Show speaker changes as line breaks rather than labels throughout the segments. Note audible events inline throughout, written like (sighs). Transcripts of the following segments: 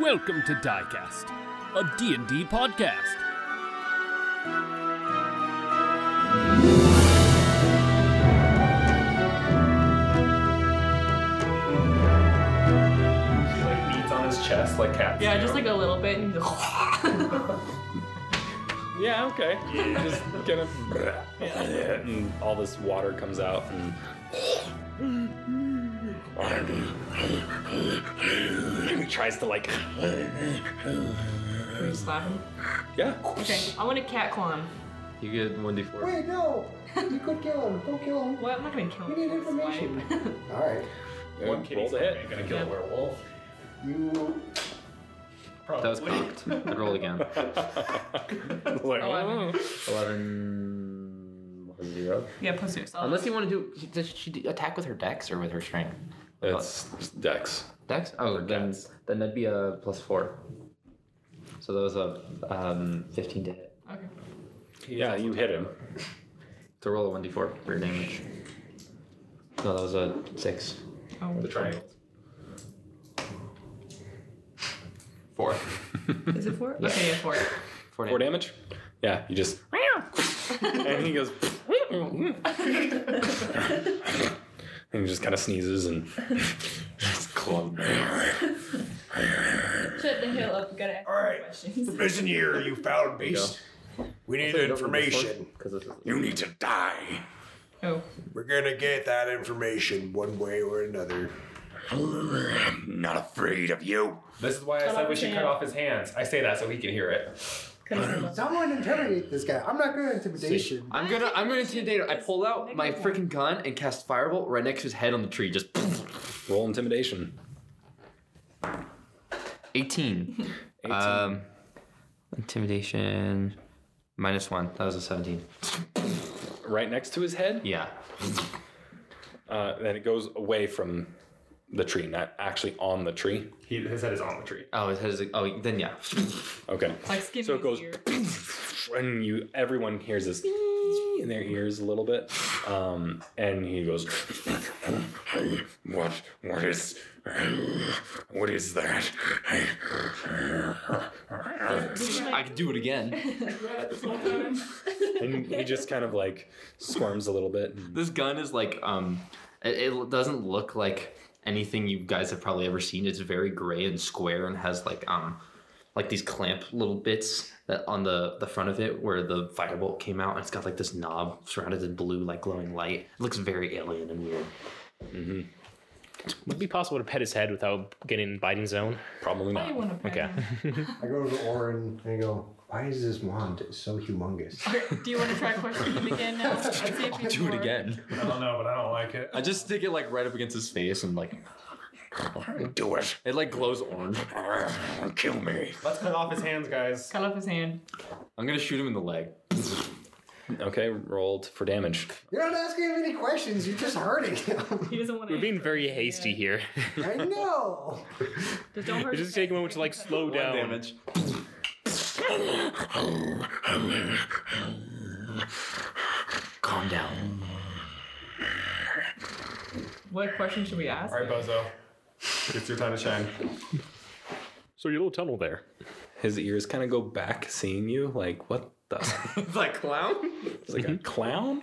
Welcome to Diecast, a D&D podcast.
like beats on his chest like cats.
Yeah, just like a little bit. And just
Yeah, okay. Just gonna (laughs) and all this water comes out and (laughs) he tries to like
Can you slap him.
yeah.
Okay, I want to cat claw him.
You get 1d4.
Wait, no! You could kill him. Don't kill him.
Well, I'm not gonna kill him.
We need
I'll swipe.
information.
(laughs)
Alright.
One kitty's a hit. Gonna
kill a
werewolf.
You.
That was (laughs)
(laughs)
cocked. I rolled again.
like,
Eleven.
Oh.
11. What is it, zero?
Yeah, plus six. I'll-
Unless you want to do. Does she do- attack with her dex or with her strength?
It's Dex.
Dex? Oh, then,
cats.
then that'd be a plus 4. So that was a um, 15 to hit.
Okay.
Yeah, you hit him.
To roll a 1d4 for your damage. No, that was a 6.
Oh,
triangle.
4.
is it four? Okay, yeah, four.
4
Four
damage.
damage. Yeah, you just and he goes (laughs) and he just kind of sneezes and (laughs) just clung.
Shut the hill up. We gotta ask
Alright.
questions.
Prison year, you foul beast. We need information.
Because this is.
You need to die.
(laughs) Oh,
We're gonna get that information one way or another. I'm not afraid of you.
This is why I said we should cut off his hands. I say that so he can hear it.
Someone intimidate this guy. I'm not good at intimidation.
I'm gonna I'm gonna intimidate him. I pull out my freaking gun and cast firebolt right next to his head on the tree. Just (laughs)
Roll intimidation.
(laughs) 18. Um, intimidation minus one. That was a 17.
Right next to his head.
Yeah.
Uh, then it goes away from the tree, not actually on the tree. He, his head is on the tree.
Oh, his head is like, oh, then yeah. (laughs)
Okay.
like skin.
So it goes, and you everyone hears this (laughs) in their ears a little bit, um, and he goes, (laughs)
What? What is? What is that?
I can do it again.
(laughs) and he just kind of like squirms a little bit.
This gun is like, um, it, it doesn't look like anything you guys have probably ever seen. It's very gray and square and has like, um, like these clamp little bits that on the the front of it where the firebolt came out, and it's got like this knob surrounded in blue, like glowing light. It looks very alien and weird.
Mm-hmm. Would it be possible to pet his head without getting in biting zone?
Probably
I
not.
want to (laughs) pet
Okay.
I go to Orin and I go, why is this wand so humongous?
him. Do you want to try questioning him again now? Let's see if he's
Do it
bored.
again.
I don't know, but I don't like it.
I just stick it like right up against his face and like
Do it!
it like glows orange.
Kill me!
Let's cut off his hands, guys.
Cut off his hand.
I'm gonna shoot him in the leg.
Okay, rolled for damage.
You're not asking him any questions, you're just hurting him.
He doesn't want to.
We're being very hasty here.
I know!
Just
(laughs)
don't hurt.
It's just taking a moment to like slow down.
Calm down.
What question should we ask?
All right, Bozo. It's your time to shine.
So your little tunnel there.
His ears kind of go back, seeing you like what
(laughs)
the.
It's like clown.
It's like a clown.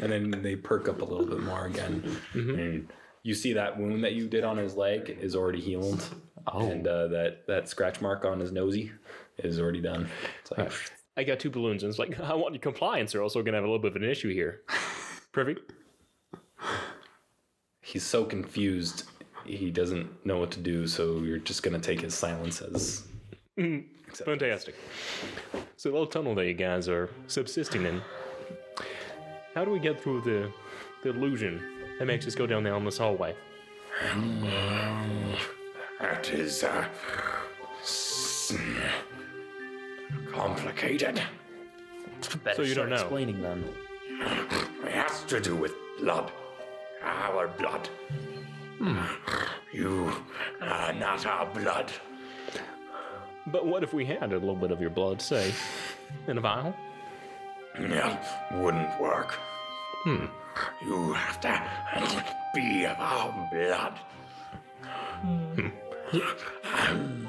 And then they perk up a little bit more again. And you see that wound that you did on his leg is already healed.
Oh.
And uh, that, that scratch mark on his nosy is already done. It's like,
I got two balloons and it's like, (laughs) I want your compliance or else we're gonna have a little bit of an issue
(laughs)
here. Perfect.
he's so confused. He doesn't know what to do. So you're just going to take his silence as.
Fantastic. So the little tunnel that you guys are subsisting in. How do we get through the the illusion that makes us go down the endless hallway?
That is uh, s- complicated.
So you don't know.
Explaining them.
It has to do with blood. Our blood. Hmm. You are not our blood.
But what if we had a little bit of your blood, say, in a vial?
It wouldn't work. You have to be of our blood.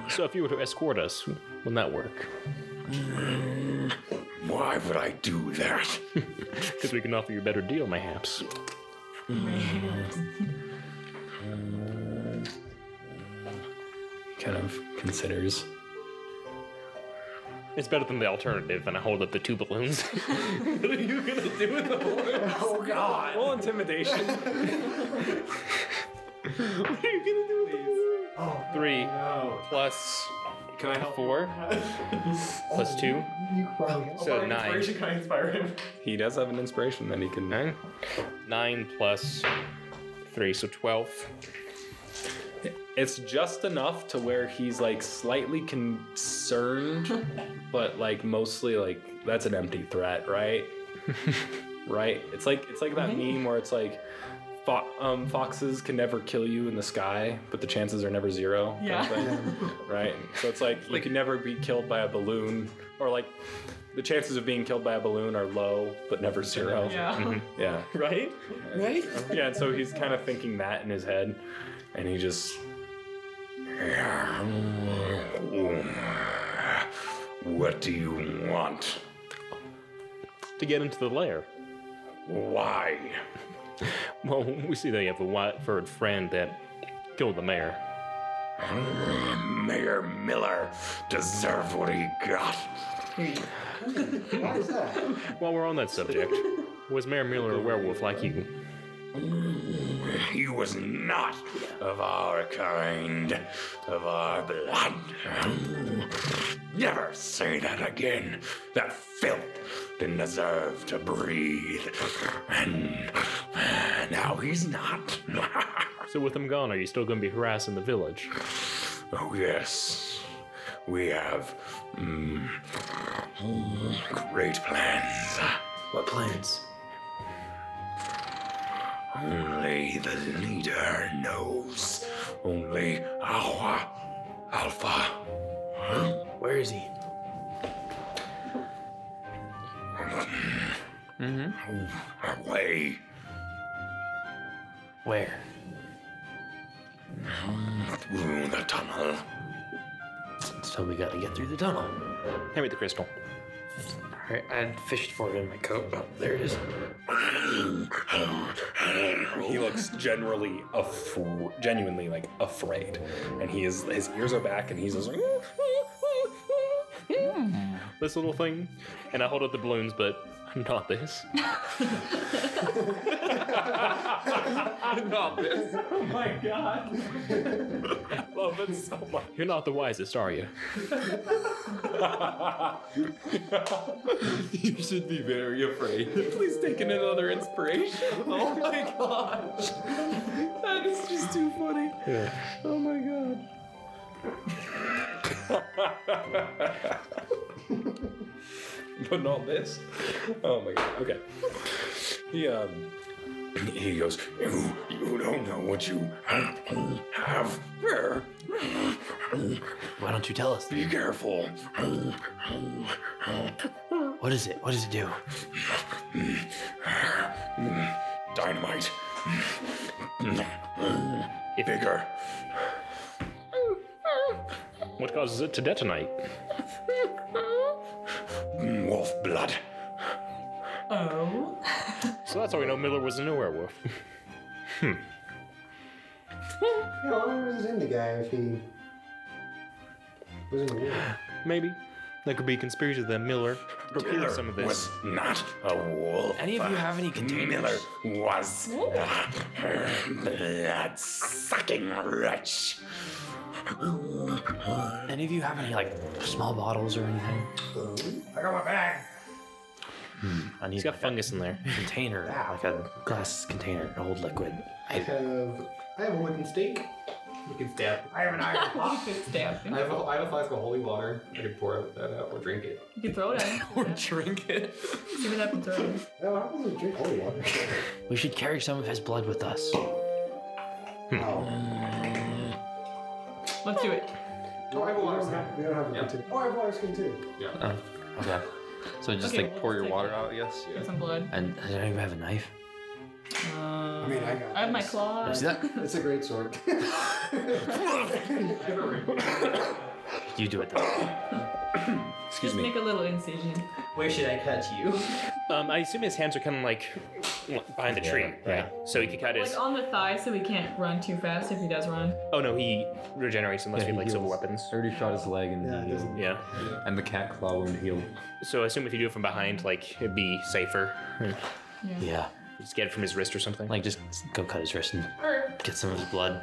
So if you were to escort us, would that work?
Mm, Why would I
(laughs)
do that?
Because we can offer you a better deal, mayhaps.
(laughs)
Kind of considers.
It's better than the alternative, and I hold up the two balloons. (laughs)
Oh God!
Well, intimidation.
Three plus
Can I help? (laughs)
four plus two,
You probably
so
Can I
nine.
inspiration? Can I inspire him?
he does have an inspiration that he can.
Nine? Nine plus three, so twelve.
It's just enough to where he's like slightly concerned, (laughs) but like mostly like that's an empty threat, (laughs) right? right? It's like it's like that meme where it's like fo- um, foxes can never kill you in the sky, but the chances are never zero. kind of
Yeah.
(laughs) thing, right. So it's like you can never be killed by a balloon, or like the chances of being killed by a balloon are low, but never zero.
Yeah.
(laughs) yeah.
Right?
Right?
Yeah, and so he's kind of thinking that in his head, and he just
What do you want?
To get into the lair.
Why?
Well, (laughs) we see that you have a white-furred friend that killed the mayor.
Mayor Miller deserved what he got.
Why is that?
While we're on
(laughs)
that subject, was Mayor Miller a werewolf like you?
He was not of our kind, of our blood. Never say that again. That filth didn't deserve to breathe. And now he's not. (laughs)
So with him gone, are you still going to be harassing the village?
Oh, yes. We have mm, great plans.
What plans?
Only the leader knows. Only our alpha.
Where is he?
Mm-hmm. Oh, Away.
Where?
Mm, Through the tunnel.
So we gotta get through the tunnel.
Hand me the crystal.
Alright, I fished for it in my coat. Oh, there it is.
he looks generally af- genuinely like afraid, and he is his ears are back, and he's just like
This little thing, and I hold up the balloons, but
(laughs)
not this.
Not this.
Oh my god.
(laughs) love it so much.
You're not the wisest, are you?
(laughs) You should be very afraid. (laughs) Please take in another inspiration. (laughs) Oh my gosh, that is just too funny. Oh my god. (laughs) but not this. Oh my god. Okay. He um.
He goes, You, you don't know what you have there.
Why don't you tell us?
Be careful.
What is it? What does it do?
Dynamite. Bigger.
What causes it to detonate?
Wolf blood.
Oh.
So that's how we know Miller was a new werewolf. (laughs)
You know, where was it in the guy if he was in the room?
Maybe. That could be a conspiracy that Miller procured some of this.
was not a wolf.
Any of you have any containers?
Miller was a blood sucking wretch.
Any of you have any like small bottles or anything?
I got my bag.
I need
He's got
like,
fungus in there.
a (laughs) container, like a glass container to hold liquid.
I have I have a wooden stake.
You can stab.
I have an iron pot.
You could stab him.
I have, a, I have a flask of holy water. I could pour out that out or drink it.
You could throw it at him.
Or drink it.
Give it up and throw it. at him.
No, I wasn't drink holy water.
We should carry some of his blood with us.
Oh.
Let's do it.
No, I have a water skin. We don't have a
Yeah.
skin too. Oh, I have a water skin (laughs) too.
Okay. So just
Okay,
like
we'll
pour
just
your
take
water
that.
out.
yes.
Get some blood.
And does anyone have a knife?
Uh, I
mean, I got
have my
this.
claw.
See that?
(laughs) It's a great sword.
You do it. Though.
Excuse
Just
me.
make a little incision.
Where should I cut you?
Um, I assume his hands are kind of like behind the tree, right? So he could cut his.
Like on the thigh so he can't run too fast if he does run.
Oh no, he regenerates unless we
he
have like silver
heals.
weapons.
I already shot his leg and
Yeah, it
healed.
doesn't-
Yeah.
And the cat claw wound healed.
So I assume if you do it from behind, like it'd be safer.
Yeah.
Just get it from his wrist or something.
Like just go cut his wrist and get some of his blood.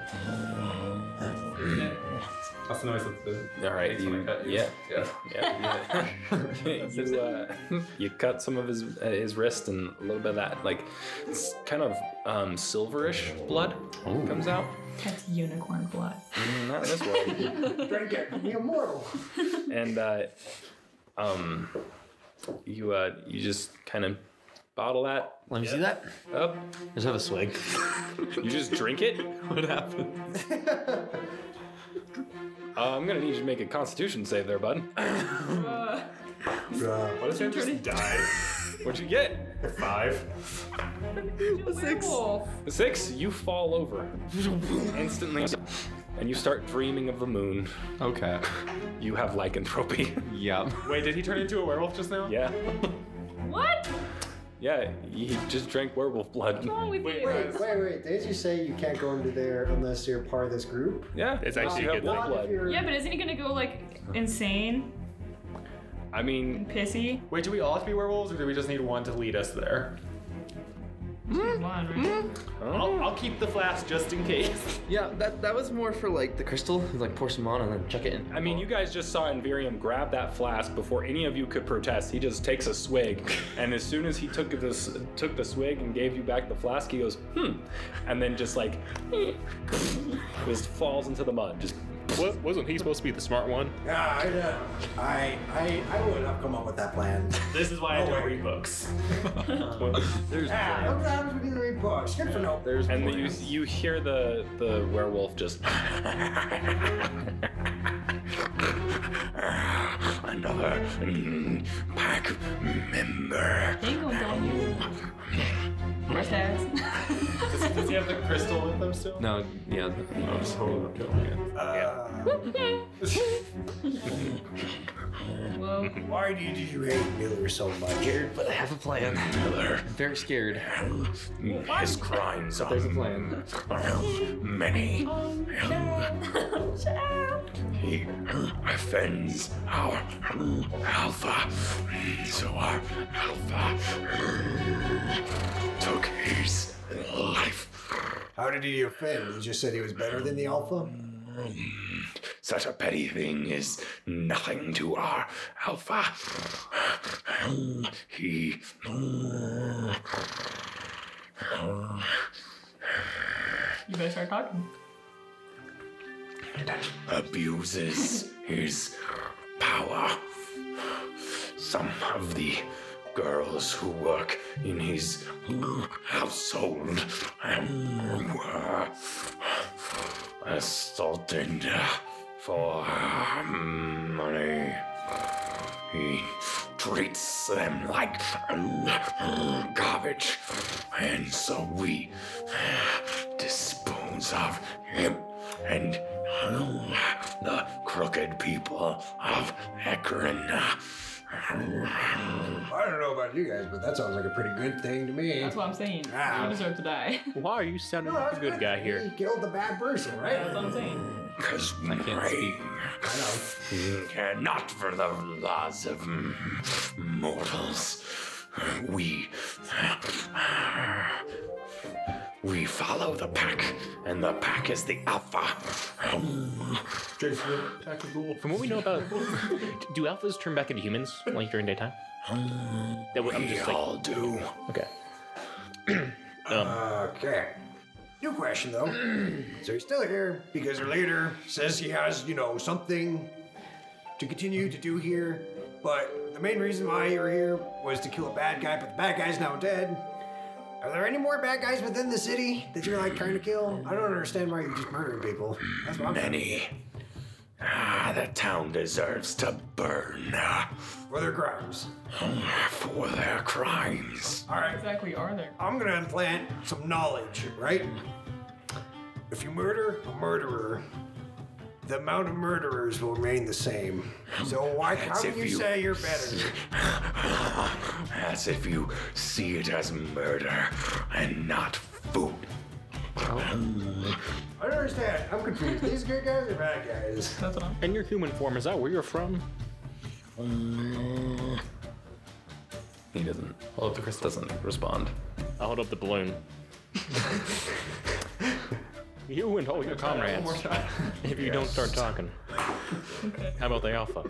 That's the noise of the.
All right,
when I
you,
cut you.
yeah,
Yeah.
yeah, yeah. you, uh, you cut some of his uh, his wrist and a little bit of that like s- kind of um, silverish blood comes out.
That's unicorn blood.
Mm, Not this one.
(laughs)
(laughs)
Drink it, be (laughs) immortal.
and uh, um, you uh, you just kind of bottle that
Let me see that.
up.
Just have a swig.
You just drink
(laughs)
it.
what happened?
Uh, I'm gonna need you to make a Constitution save there, bud.
(laughs) Uh,
What if I just died?
What'd you get?
Five.
werewolf.
Six. You fall over instantly, and you start dreaming of the moon.
Okay.
You have lycanthropy. (laughs)
Yep.
Wait, did he turn into a werewolf just now?
yeah.
What? What's
Yeah, he just drank werewolf blood.
wrong with you?
guys.
Wait, wait. Didn't you say you can't go into there unless you're part of this group?
Yeah,
It's actually
you
a
have
good thing.
Not
wolf
if
blood.
you're-
Yeah, but isn't he gonna go like insane
I mean,
and pissy?
Wait, do we all have to be werewolves, or do we just need one to lead us there?
hmm.
One, right?
I'll, I'll keep the flask just in case. (laughs)
Yeah, that that was more for like the crystal. Like pour some on and then chuck it in.
I mean, you guys just saw Inverium grab that flask before any of you could protest. He just takes a (laughs) swig, and as soon as he took this took the swig and gave you back the flask, he goes hmm, and then just like (laughs) just falls into the mud. Just
What, wasn't he supposed to be the smart one?
Yeah, I, uh, I, I, I would have come up with that (laughs) plan.
This is why I
don't
don't
read
read books.
(laughs)
yeah, look what happens when you read books. Good for no.
There's
and then you you hear the the werewolf just (laughs)
Another mm, pack member.
They gonna dump you. Rest ass.
Does he have the crystal with him still?
No, yeah.
I'm just holding the pill.
Uh,
Well,
Why do you, did you hate Miller so much?
But I have a plan. Very scared.
His crimes are
There's a plan.
many.
shut up.
He offends our alpha. So our alpha took his life.
How did he offend? You just said he was better than the alpha?
Such a petty thing is nothing to our alpha. He. uh,
You better start talking.
abuses his power. Some of the girls who work in his household were assaulted for um, money. He treats them like garbage, and so we dispose of him and the crooked people of Ekron.
I don't know about you guys, but that sounds like a pretty good thing to me.
That's what I'm saying.
Ah.
You deserve to die. (laughs)
Why are you sounding
No,
like
that's
a good guy
He
here?
killed the bad person, right?
That's what I'm saying.
Because not for the laws of mortals. We. We follow the pack, and the pack is the alpha.
From what we know about, (laughs) do alphas turn back into humans like during daytime? That would, I'm
We
just like
all do.
okay.
Okay. New question
(clears throat)
though. so he's still here because her leader says he has, you know, something to continue to do here. But the main reason why you were here was to kill a bad guy, but the bad guy's now dead. Are there any more bad guys within the city that you're like trying to kill? I don't understand why you're just murdering people. That's what I'm
Many. Ah, the town deserves to burn ah,
for their crimes.
for their crimes.
Alright.
Exactly. Are there?
I'm gonna implant some knowledge, right? If you murder a murderer, the amount of murderers will remain the same. So why
That's
can't
if
you
you-
say you're better?
As if you see it as murder and not food.
I don't understand. I'm confused. These good guys or bad guys?
And your human form, is that where you're from?
He doesn't. Hold up the crystal. Doesn't respond.
I'll hold up the balloon. (laughs) you and all your comrades. If you don't start talking. How about the alpha?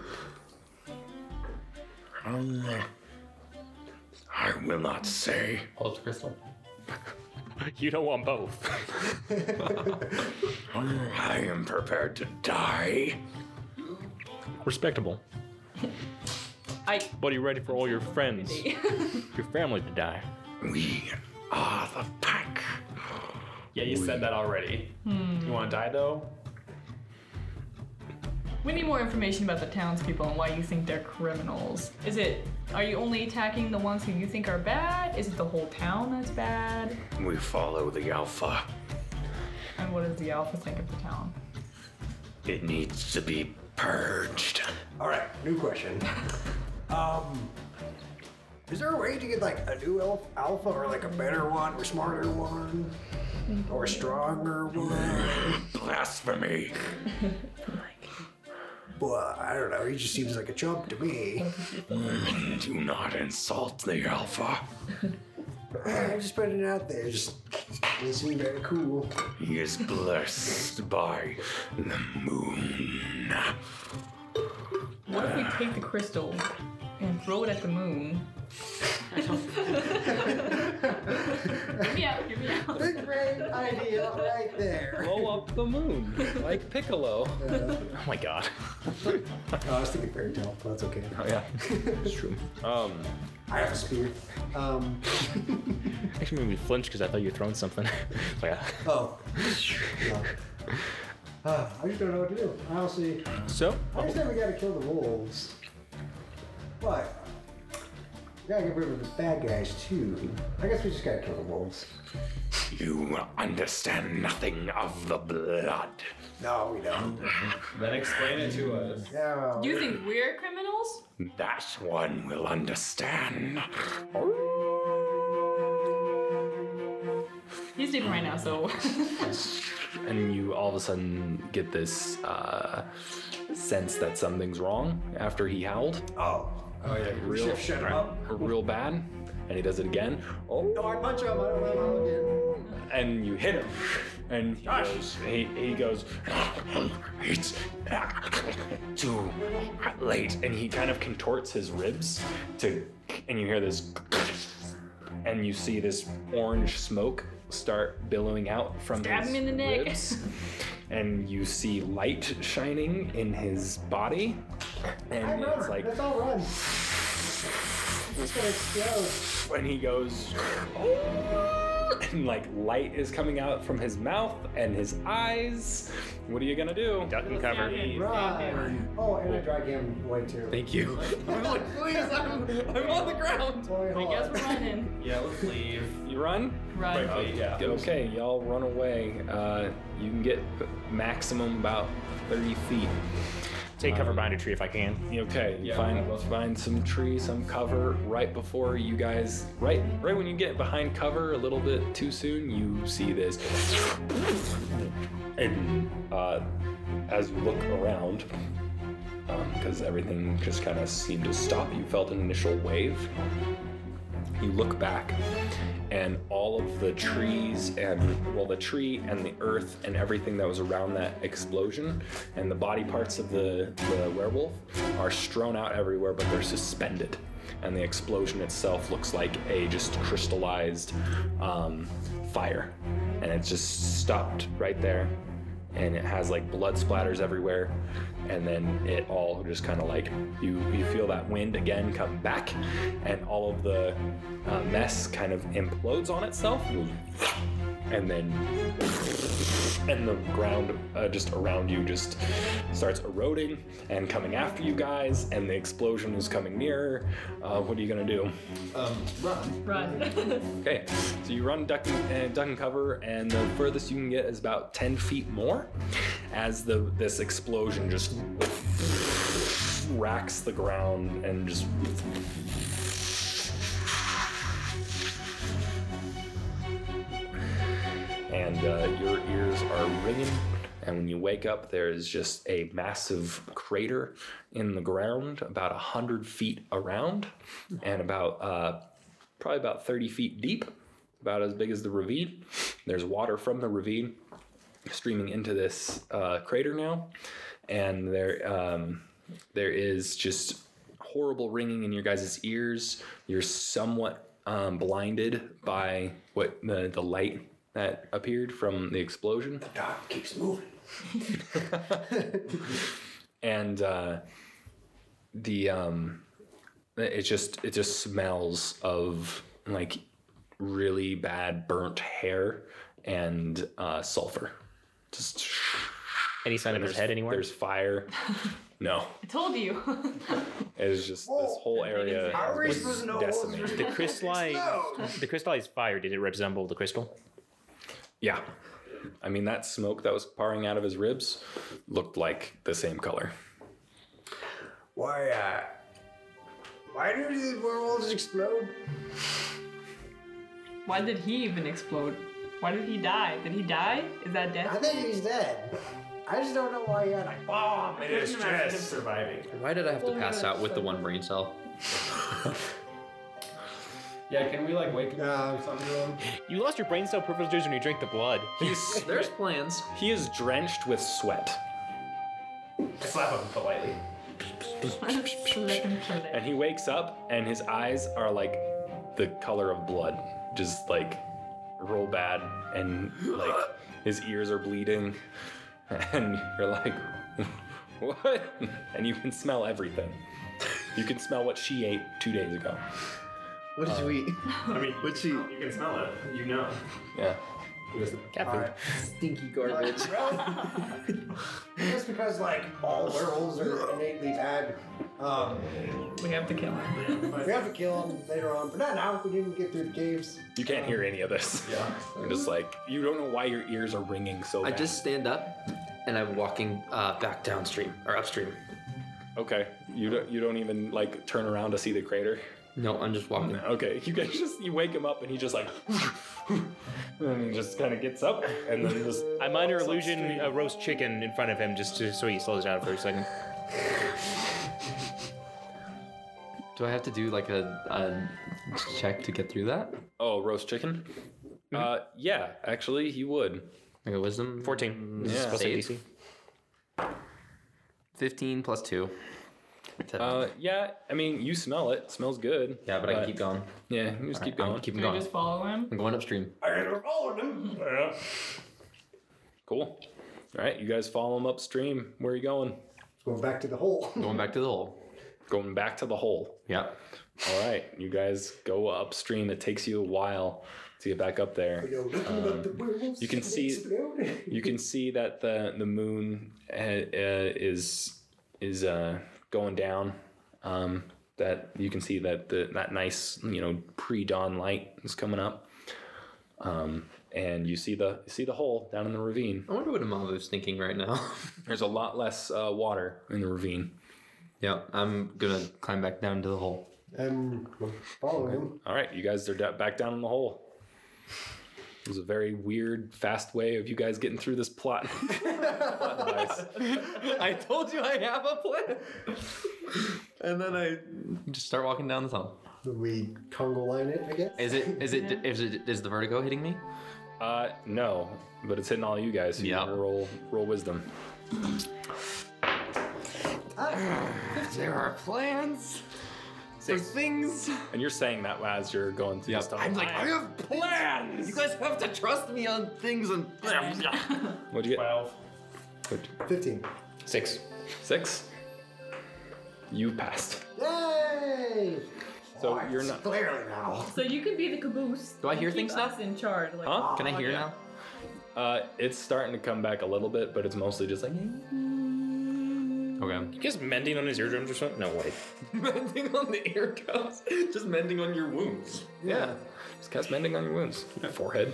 I will not say.
Hold the crystal.
(laughs) You don't want both.
I am prepared to die.
Respectable.
I.
But are you ready for all your friends, your family to die?
We are the pack.
Yeah, you said that already. You want to die though?
we need more information about the townspeople and why you think they're criminals. Is it. Are you only attacking the ones who you think are bad? Is it the whole town that's bad?
We follow the Alpha.
And what does the alpha think of the town?
It needs to be purged.
All right, new question. Um, is there a way to get like a new elf alpha or like a better one or smarter one or a stronger one?
Blasphemy.
Well, I don't know. He just seems like a chump to me.
Do not insult the Alpha.
I'm just putting it out there. Just doesn't seem very cool.
He is blessed by the moon.
What if we take the crystal and throw it at the moon? give me out, give me out.
Great idea right there.
Blow up the (laughs) moon like Piccolo.
Oh my god.
Oh, I was thinking fairy tale, but that's okay.
Oh yeah.
It's true.
Um.
I have a spear. Um,
Actually made me flinch because I thought you were throwing something. (laughs) It's like, ah.
oh. No. Uh, I just don't know what to do. I Honestly,
so,
I understand we gotta kill the wolves, but we gotta get rid of the bad guys too. I guess we just gotta kill the wolves.
You understand nothing of the blood.
No, we don't.
Then explain it to us.
Yeah.
You think we're criminals?
That one will understand.
He's sleeping right now, so
and you all of a sudden get this uh, sense that something's wrong after he howled
Oh,
oh yeah real,
should've shut him up.
real bad and he does it again Oh,
No, I punch him. I don't let him out again.
and you hit him and he goes he, he goes
It's
too late and he kind of contorts his ribs to and you hear this and you see this orange smoke start billowing out from
Stab
his
him in the neck.
ribs and you see light shining in his body and it's like
Let's all run. It's gonna explode.
when he goes "Oh," and like light is coming out from his mouth and his eyes what are you gonna do
duck and cover.
(laughs)
Run. Oh, and I drag him away too. (laughs)
thank you
Boy,
I
hold
guess
on.
we're running.
Yeah, let's leave.
you run
Right.
Oh, yeah.
okay y'all run away uh, you can get maximum about 30 feet
Take cover behind a tree if I can.
okay you
Yeah.
find find some tree some cover right before you guys right right when you get behind cover a little bit too soon you see this and uh, as you look around because everything just kind of seemed to stop you felt an initial wave you look back and all of the trees and well the tree and the earth and everything that was around that explosion and the body parts of the, the werewolf are strewn out everywhere but they're suspended and the explosion itself looks like a just crystallized um, fire and it just stopped right there and it has like blood splatters everywhere and then it all just kind of like you you feel that wind again come back and all of the uh, mess kind of implodes on itself and then and the ground uh, just around you just starts eroding and coming after you guys, and the explosion is coming nearer. Uh, what are you gonna do?
Um, run.
Run. (laughs)
Okay, so you run duck and, uh, duck and cover, and the furthest you can get is about 10 feet more as the this explosion just racks the ground and just. And uh, your ears are ringing, and when you wake up, there is just a massive crater in the ground, about 100 feet around, and about uh, probably about 30 feet deep, about as big as the ravine. There's water from the ravine streaming into this uh, crater now, and there um, there is just horrible ringing in your guys' ears. You're somewhat um, blinded by what the, the light that appeared from the explosion. The
dog keeps moving.
and uh, the um, it just it just smells of like really bad burnt hair and uh, sulfur. Just
any sign of his
there's-
head anywhere?
There's fire. no,
I told you. (laughs)
it's just this whole area
How are we
was
supposed to know what was
decimated.
The crystallized,
Explode.
the crystallized fire. Did it resemble the crystal?
Yeah. I mean, that smoke that was pouring out of his ribs looked like the same color.
Why, uh, why do these werewolves explode?
Why did he even explode? Why did he die? Did he die? Is that
I
death?
think he's dead. I just don't know why he had a bomb in his chest.
surviving.
Why did I have to
Well,
pass
yeah,
out with the
so-
one brain cell?
Yeah, can we like wake him up or something to him?
You lost your brain cell privileges when you drank the blood.
He's,
There's plans.
he is drenched with sweat,
I slap him politely.
(laughs)
and he wakes up, and his eyes are like the color of blood, just like real bad, and like his ears are bleeding, and you're like, what? And you can smell everything. You can smell what she ate two days ago.
What did you eat?
I mean,
What'd she
you can smell it. You know.
Yeah.
Cat food.
Alright.
Stinky garbage.
(laughs) Well, just because, like, all werewolves are innately bad, um,
We have to kill him.
we have to kill them later on, but not now. We didn't get through the caves.
You can't hear any of this. Yeah. You're just like, you don't know why your ears are ringing so
I
bad.
just stand up and I'm walking uh, back downstream or upstream.
Okay. You don't you don't even like turn around to see the crater.
No, I'm just walking.
Okay. You guys just you wake him up and he just like (laughs) and he just kind of gets up and then just
A minor illusion, a roast chicken in front of him, just to, so he slows down for a second.
Do I have to do like a, a check to get through that?
Oh, roast chicken? Uh yeah, actually he would.
Like a wisdom?
14. This
Yeah.
is supposed to be
Save.
DC.
15 plus 2.
Uh yeah, I mean you smell it. smells good.
yeah, but I can keep going.
Yeah, you just keep going.
I'm keeping
Do we
going.
just follow him?
I'm going upstream.
I gotta follow them.
Cool. All right, you guys follow him upstream. Where are you going?
Going back to the hole.
Going back to the hole.
Going back to the hole.
Yep.
All right, you guys go upstream. It takes you a while to get back up there.
Yo, looking about the werewolves
Um, you can
that
see- (laughs)
explode.
you can see that the the moon uh, uh, is is uh, going down. Um, that you can see that the that nice you know pre dawn light is coming up. Um, and you see the you see the hole down in the ravine.
I wonder what Amavu's thinking right now.
There's a lot less uh, water in the ravine.
(laughs) yeah, I'm gonna climb back down to the hole.
Um, follow him.
All right, you guys are da- back down in the hole. It was a very weird, fast way of you guys getting through this plot. (laughs) plot device.
I told you (laughs) I have a plan. and then I just start walking down the tunnel.
We Congo line it, I guess.
Is it is it is it is the vertigo hitting me?
Uh, no, but it's hitting all you guys. So you
Yeah.
gotta roll, roll wisdom.
There are plans for things.
And you're saying that as you're going through this tunnel.
I'm like, I have plans. You guys have to trust me on things and
What'd you get?
Twelve.
Fifteen.
Six. Six? You passed.
Yay!
So So you're not.
Clearly now.
So you can be the caboose.
Do I
and
hear
keep
things now?
us in charge. Like,
Huh?
oh, yeah.
now? Uh, it's starting to come back a little bit, but it's mostly just like. "Eh,
(laughs)
Okay.
Just mending on his eardrums or something? No way.
mending on the ear cuffs. Just mending on your wounds. Yeah. Uh, Just cast mending on your wounds. Forehead.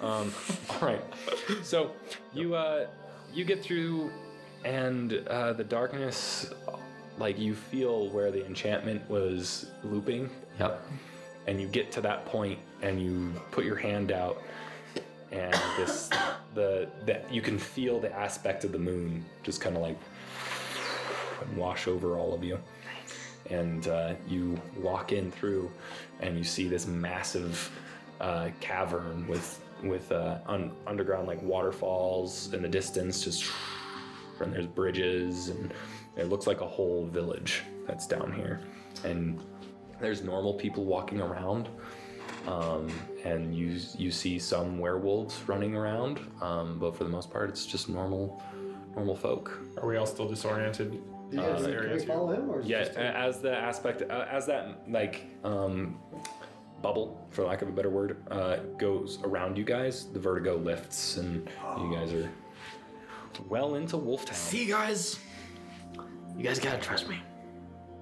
Um, (laughs) all right. So you uh, you get through, and uh, the darkness, like you feel where the enchantment was looping. Yep. And you get to that point, and you put your hand out, and this the that you can feel the aspect of the moon just kind of like and wash over all of you. And uh, you walk in through, and you see this massive uh, cavern with with uh, un- underground like waterfalls in the distance, just and there's bridges, and it looks like a whole village that's down here. And there's normal people walking around, um, and you you see some werewolves running around, um, but for the most part, it's just normal normal folk.
Are we all still disoriented?
Yeah,
Uh,
so can
areas
we
here?
Follow him or
Yeah, a- as the aspect, uh, as that like um, bubble, for lack of a better word, uh, goes around you guys, the vertigo lifts, and you guys are well into Wolf Town. See,
guys, you guys gotta trust me.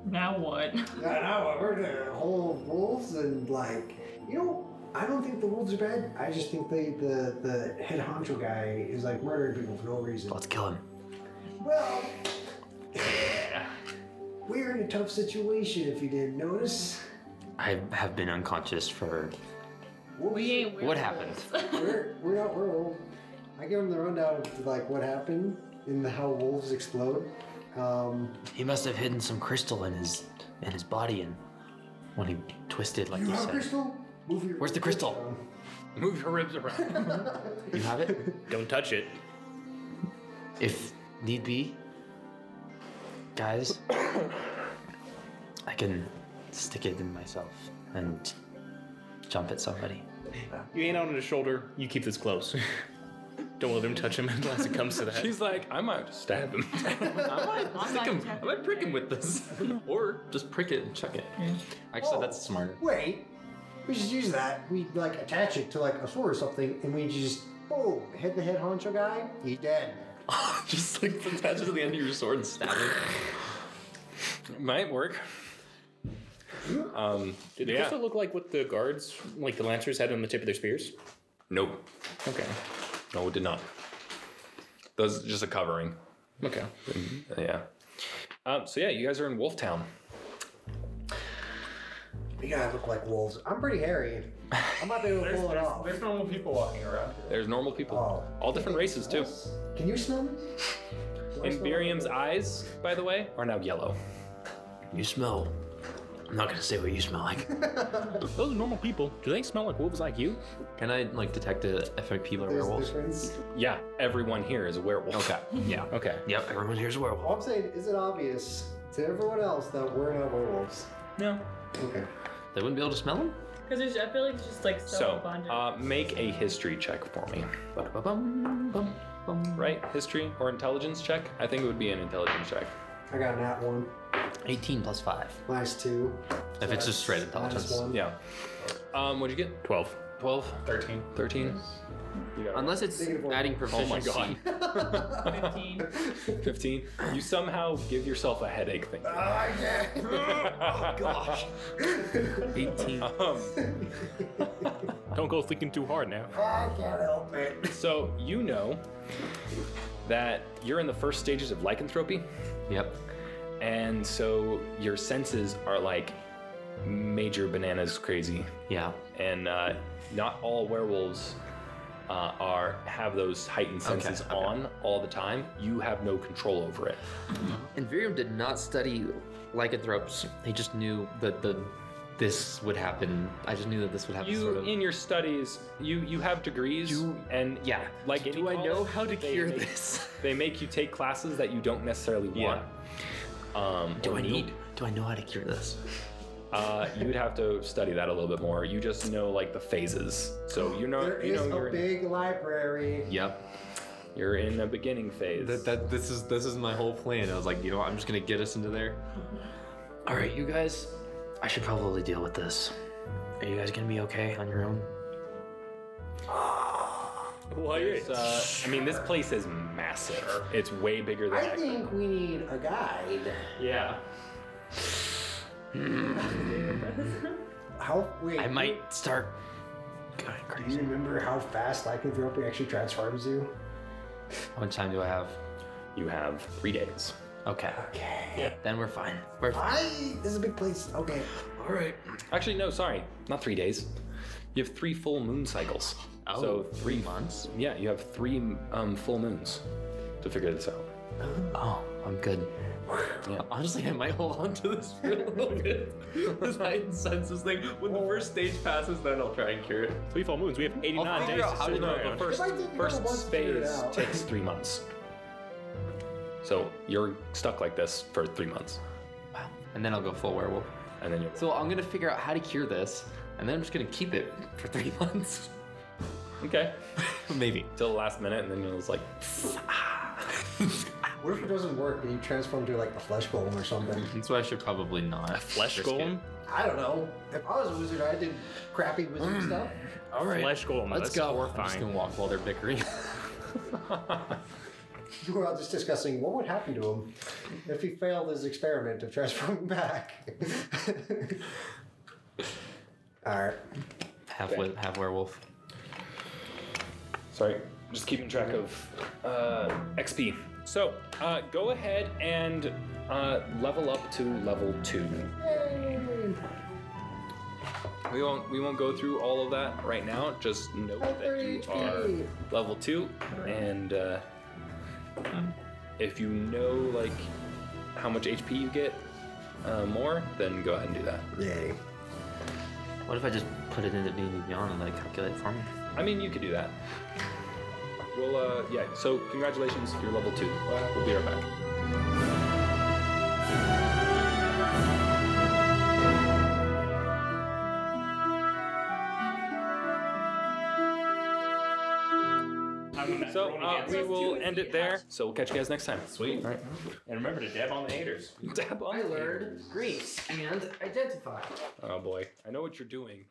Now what?
I know, I've heard the whole wolves and like, you know, I don't think the wolves are bad. I just think they, the the head honcho guy is like murdering people for no reason. Let's
kill him.
Well, we're in a tough situation if you didn't notice.
I have been unconscious for.
We
ain't
What werewolves.
we're, we're not werewolves. I give him the rundown of like what happened and how wolves explode. Um,
He must have hidden some crystal in his in his body, and when he twisted, like
you
you
have
said,
crystal? Move your
where's the crystal?
Move your ribs around.
You have it.
Don't touch it.
If need be, guys, I can stick it in myself and jump at somebody.
You ain't out on his shoulder. You keep this close. (laughs) Don't let him touch him (laughs) unless it comes to that.
She's like, I might stab him. I
might
stick him.
protected.
I might prick him
(laughs)
with this, or
just prick it and check it.
Actually, Oh.
that's smart.
Wait, we just use that. We like attach it to like a sword or something, and we just boom, head the head honcho guy. He's dead.
(laughs) just like attach it to the end of your sword and stab it.
Might work. Um,
Did the
yeah.
crystal look like what the guards, like the lancers, had on the tip of their spears?
Nope.
Okay.
No, it did not. Those just a covering.
Okay.
Yeah. Um, so yeah, you guys are in Wolf Town.
We gotta look like wolves. I'm pretty hairy. I might be
(laughs)
able to pull it off.
There's normal people walking around.
There's normal people,
Oh.
all different races too.
Can you smell me?
And Miriam's eyes, by the way, are now yellow.
You smell. I'm not gonna say what you smell like.
Those are normal people. Do they smell like wolves like you?
Can I like detect a if people are werewolves?
Yeah, everyone here is a werewolf.
Okay. Yeah.
Okay.
Yep. Everyone here's a werewolf.
All I'm saying is it obvious to everyone else that we're not werewolves.
No.
Okay.
They wouldn't be able to smell them.
Because there's, I feel like it's just like so,
So,
abundant.
uh, make a history check for me. Right? History or intelligence check? I think it would be an intelligence check.
I got an at one.
18 plus five.
Last two.
If it's just straight
Minus
intelligence.
one.
Yeah. Um, what'd you get?
12.
12?
13.
13? You got it.
Unless it's adding
Oh my
proficiency.
god.
(laughs)
15.
15. You somehow give yourself a headache thing.
Ah, yeah.
oh
gosh.
18. Um,
Don't go thinking too hard now.
I can't help it.
so you know that you're in the first stages of lycanthropy.
Yep.
and so your senses are like major bananas crazy
Yeah.
and uh, not all werewolves uh, are have those heightened
Okay,
senses
okay.
on all the time you have no control over it
And Virium did not study lycanthropes. He just knew that the this would happen. I just knew that this would happen.
you
sort of.
in your studies you you have degrees and
yeah.
like
Do I know how to
they
cure
make-
this?
(laughs) they make you take classes that you don't necessarily want
Yeah.
um,
Do
or
I
need
know? Do I know how to cure this?
uh, you'd have to study that a little bit more you just know like the phases so you know
There
you
is
know
a
you're in,
big library.
Yep.
you're in the beginning phase
That, that this is this is my whole plan. I was like, you know what? I'm just gonna get us into there. All right, you guys, I should probably deal with this. Are you guys gonna be okay on your own?
What? Uh, I mean, this place is massive. It's way bigger than
I
that.
think we need a guide.
Yeah.
How? Wait.
I might start going
Do you remember how fast lycanthropy actually transforms you?
How much time do I have?
You have three days.
Okay.
Okay.
Then we're fine. We're fine.
I. This is a big place. Okay.
All right. Actually, no, sorry. Not three days. You have three full moon cycles. Oh, so three months? Yeah, you have three um, full moons to figure this out.
Oh, I'm good. Honestly, I might hold on to this for a little bit. (laughs) this heightened senses thing. When the first stage passes, then I'll try and cure it.
Three full moons. We have 89
I'll figure
days
out
to
how
sit
to
around.
do
The
it.
first, first phase takes three months. So you're stuck like this for three months.
And then I'll go full werewolf.
And then you'll.
So I'm gonna figure out how to cure this, and then I'm just gonna keep it for three (laughs) months.
(laughs) Okay.
Maybe.
Till the last minute, and then it was like,
What if it doesn't work and you transform into like a flesh golem or something?
That's why I should probably not. A
flesh golem?
I don't know. If I was a wizard, I'd do crappy (sighs) wizard stuff.
All right.
Flesh golem.
Let's
that's
go. I'm just
Horrifying.
gonna walk while they're bickering.
You were all just discussing what would happen to him if he failed his experiment of transforming (laughs) back. all right.
half wi- half werewolf.
Sorry, just keeping track of uh, XP. So uh, go ahead and uh, level up to level two. We won't we won't go through all of that right now. Just note that you are level two, and uh, if you know like how much HP you get uh, more, then go ahead and do that.
Yay.
What if I just put it into being beyond and let it calculate for me?
I mean, you could do that. Well, uh, yeah. So congratulations, you're level two. We'll be right back. So uh, we will end it there. So we'll catch you guys next time. Sweet. All right.
And remember to dab on the haters.
(laughs) Dab on.
learned
Greece and identify.
Oh boy, I know what you're doing.